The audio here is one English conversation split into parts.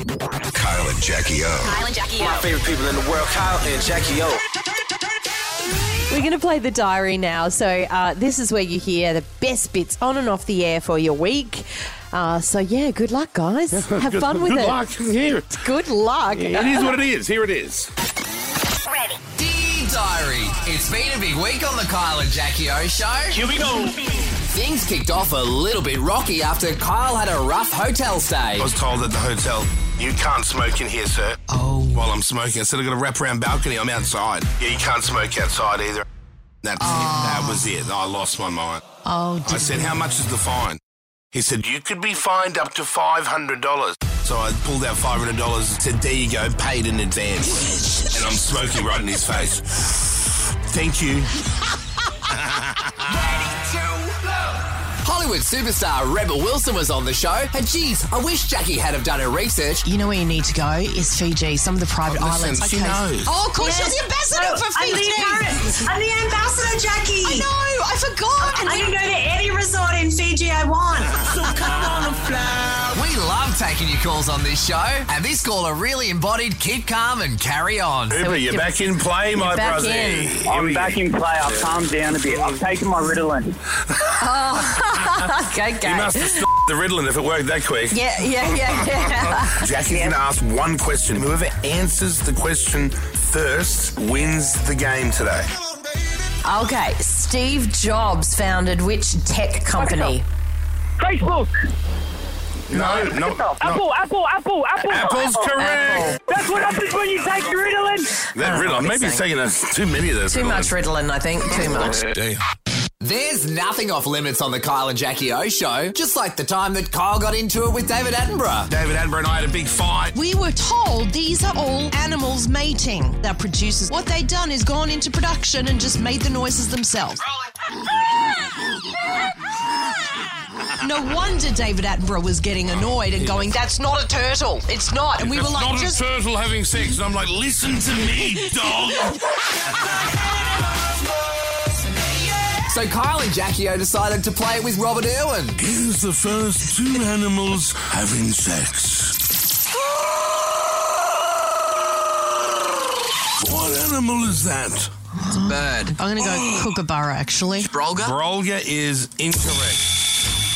Kyle and Jackie O. Kyle and Jackie My O. favorite people in the world, Kyle and Jackie O. We're going to play the diary now. So, uh, this is where you hear the best bits on and off the air for your week. Uh, so, yeah, good luck, guys. Have fun with Good it. luck. Here. It Good luck. is what it is. Here it is. Dear Diary, it's been a big week on the Kyle and Jackie O show. Here we go. Things kicked off a little bit rocky after Kyle had a rough hotel stay. I was told at the hotel, you can't smoke in here, sir. Oh. While I'm smoking. I said, I've got a wraparound balcony. I'm outside. Yeah, you can't smoke outside either. That's it. That was it. I lost my mind. Oh, I said, How much is the fine? He said, You could be fined up to $500. So I pulled out $500 and said, There you go, paid in advance. and I'm smoking right in his face. Thank you. Hollywood superstar Rebel Wilson was on the show, and geez, I wish Jackie had have done her research. You know where you need to go is Fiji, some of the private Oh, listen, islands. she knows. Oh, of course, Yes. she's the ambassador No, for I'm the, Fiji. embarrass- I'm the ambassador, Jackie. I know, I forgot. And I we- can go to any resort in Fiji I want. We love taking your calls on this show, and this caller really embodied keep calm and carry on. Uber, you're back in play, my back brother. in. Here we I'm go. back in play. I've calmed down a bit. I've taken my Ritalin. Okay, You guys. must have stopped the riddling if it worked that quick. Yeah, yeah, yeah, yeah. Jackie can ask one question. Whoever answers the question first wins the game today. okay, Steve Jobs founded which tech company? Facebook. No, no, no. Apple, Apple, Apple, Apple. Apple's correct. That's what happens when you take your Ritalin. That riddling. Maybe he's taking us too many of those. Too much Ritalin, I think. Too much. Damn. There's nothing off limits on the Kyle and Jackie O show, just like the time that Kyle got into it with David Attenborough. David Attenborough and I had a big fight. We were told these are all animals mating. Our producers, what they done is gone into production and just made the noises themselves. No wonder David Attenborough was getting annoyed and going, "That's not a turtle. It's not." And we were That's like, not "Just a turtle having sex. And I'm like, listen to me, dog. So Kyle and Jackie O decided to play it with Robert Irwin. Here's the first two animals having sex. What animal is that? Bird. I'm gonna go kookaburra, actually. Brolga? Brolga is incorrect.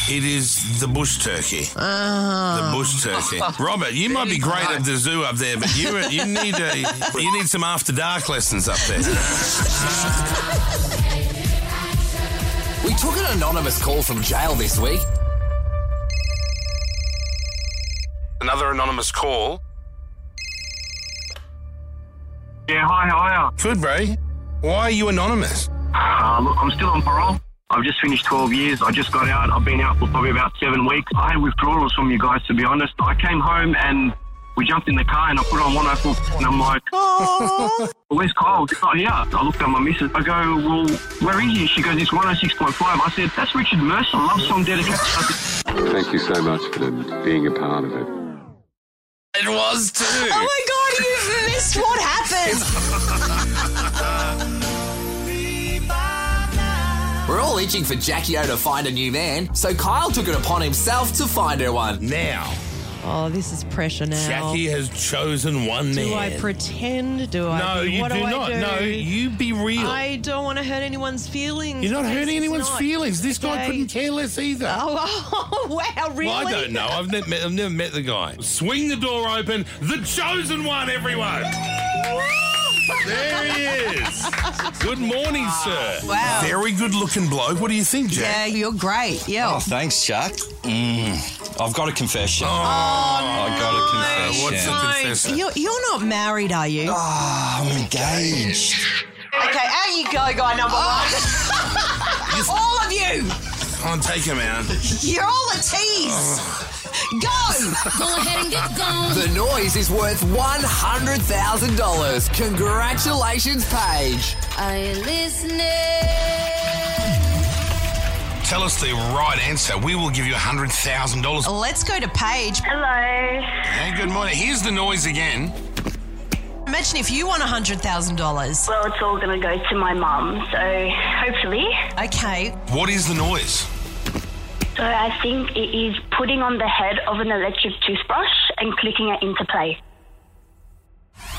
It is the bush turkey. Ah. The bush turkey. Robert, you might be great at the zoo up there, but you you need a, you need some after dark lessons up there. We took an anonymous call from jail this week. Another anonymous call. Yeah, hi, hiya. Good, bro. Why are you anonymous? Uh, look, I'm still on parole. I've just finished 12 years. I just got out. I've been out for probably about seven weeks. I had withdrawals from you guys, to be honest. I came home and we jumped in the car and I put on 104 and I'm like, where's Kyle? He's not here. I looked at my missus. I go, well, where is he? She goes, it's 106.5. I said, that's Richard Mercer. Love song dedication. I said, Thank you so much for being a part of it. It was too. Oh my God! You missed what happened. We're all itching for Jackie O to find a new man, so Kyle took it upon himself to find her one. Now, Oh, this is pressure now. Jackie has chosen one man. Do I pretend? Do I? No, do- you what do, I not. do? No, you be real. I don't want to hurt anyone's feelings. You're not This hurting is anyone's not- feelings. This guy Okay. couldn't care less either. Oh, wow, really? Well, I don't know. I've, ne- met, I've never met the guy. Swing the door open. The chosen one, everyone. there he is. Good morning, sir. Wow. Very good looking bloke. What do you think, Jack? Yeah, you're great. Yeah. Thanks, Chuck. Mm, I've got a confession. Oh, I got a confession. Oh, What's the confessor? You're, you're not married, are you? Ah, I'm engaged. Okay, out you go, guy number Ah. one. all of you, Come on, take him out. you're all a tease. Go. Go ahead and get gone. The noise is worth $100,000. Congratulations, Paige. Are you listening? Tell us the right answer. We will give you Oh. $100,000. Let's go to Paige. Hello. Hey, good morning. Here's the noise again. Imagine if you won hundred thousand dollars. Well, it's all going to go to my mum, so hopefully. Okay, What is the noise? So I think it is putting on the head of an electric toothbrush and clicking it into play.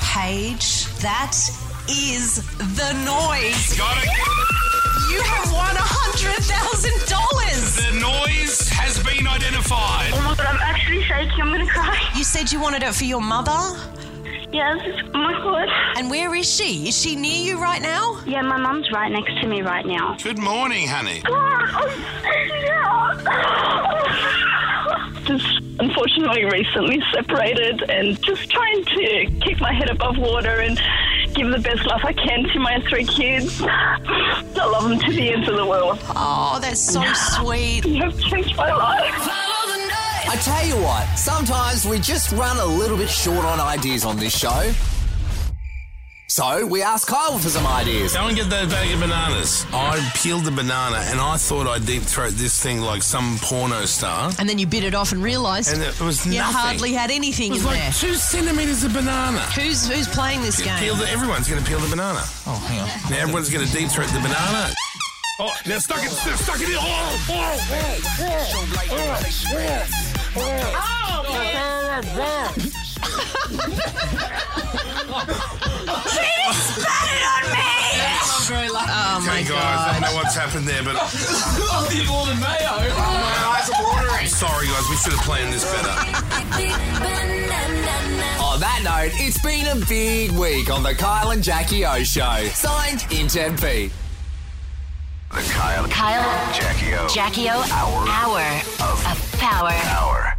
Paige, that is the noise. Got it. You have won $100,000. The noise has been identified. Oh my god, I'm actually shaking. I'm gonna cry. You said you wanted it for your mother? Yes. Oh my god. And where is she? Is she near you right now? Yeah, my mum's right next to me right now. Good morning, honey. Oh, Just unfortunately recently separated and just trying to keep my head above water and give the best life I can to my three kids. I love them to the ends of the world. Oh, that's so sweet. You have changed my life. I tell you what, sometimes we just run a little bit short on ideas on this show. So we asked Kyle for some ideas. Go and get that bag of bananas. I peeled the banana and I thought I deep throat this thing like some porno star. And then you bit it off and realised And it was you nothing. hardly had anything It was in like there. two centimetres of banana. Who's who's playing this game? Peel the, everyone's going to peel the banana. Oh, hang on. Now everyone's going to deep throat the banana. Oh, now stuck it, stuck it in. Oh, oh, oh, oh, oh, oh. Um, Oh okay, guys, I don't know what's happened there, but Olive oil and mayo. my eyes are watering. Sorry, guys, we should have planned this better. On that note, it's been a big week on the Kyle and Jackie O show. Signed, Intern P. The Kyle. Kyle. Jackie O. Jackie O. Hour. Hour of power. Hour.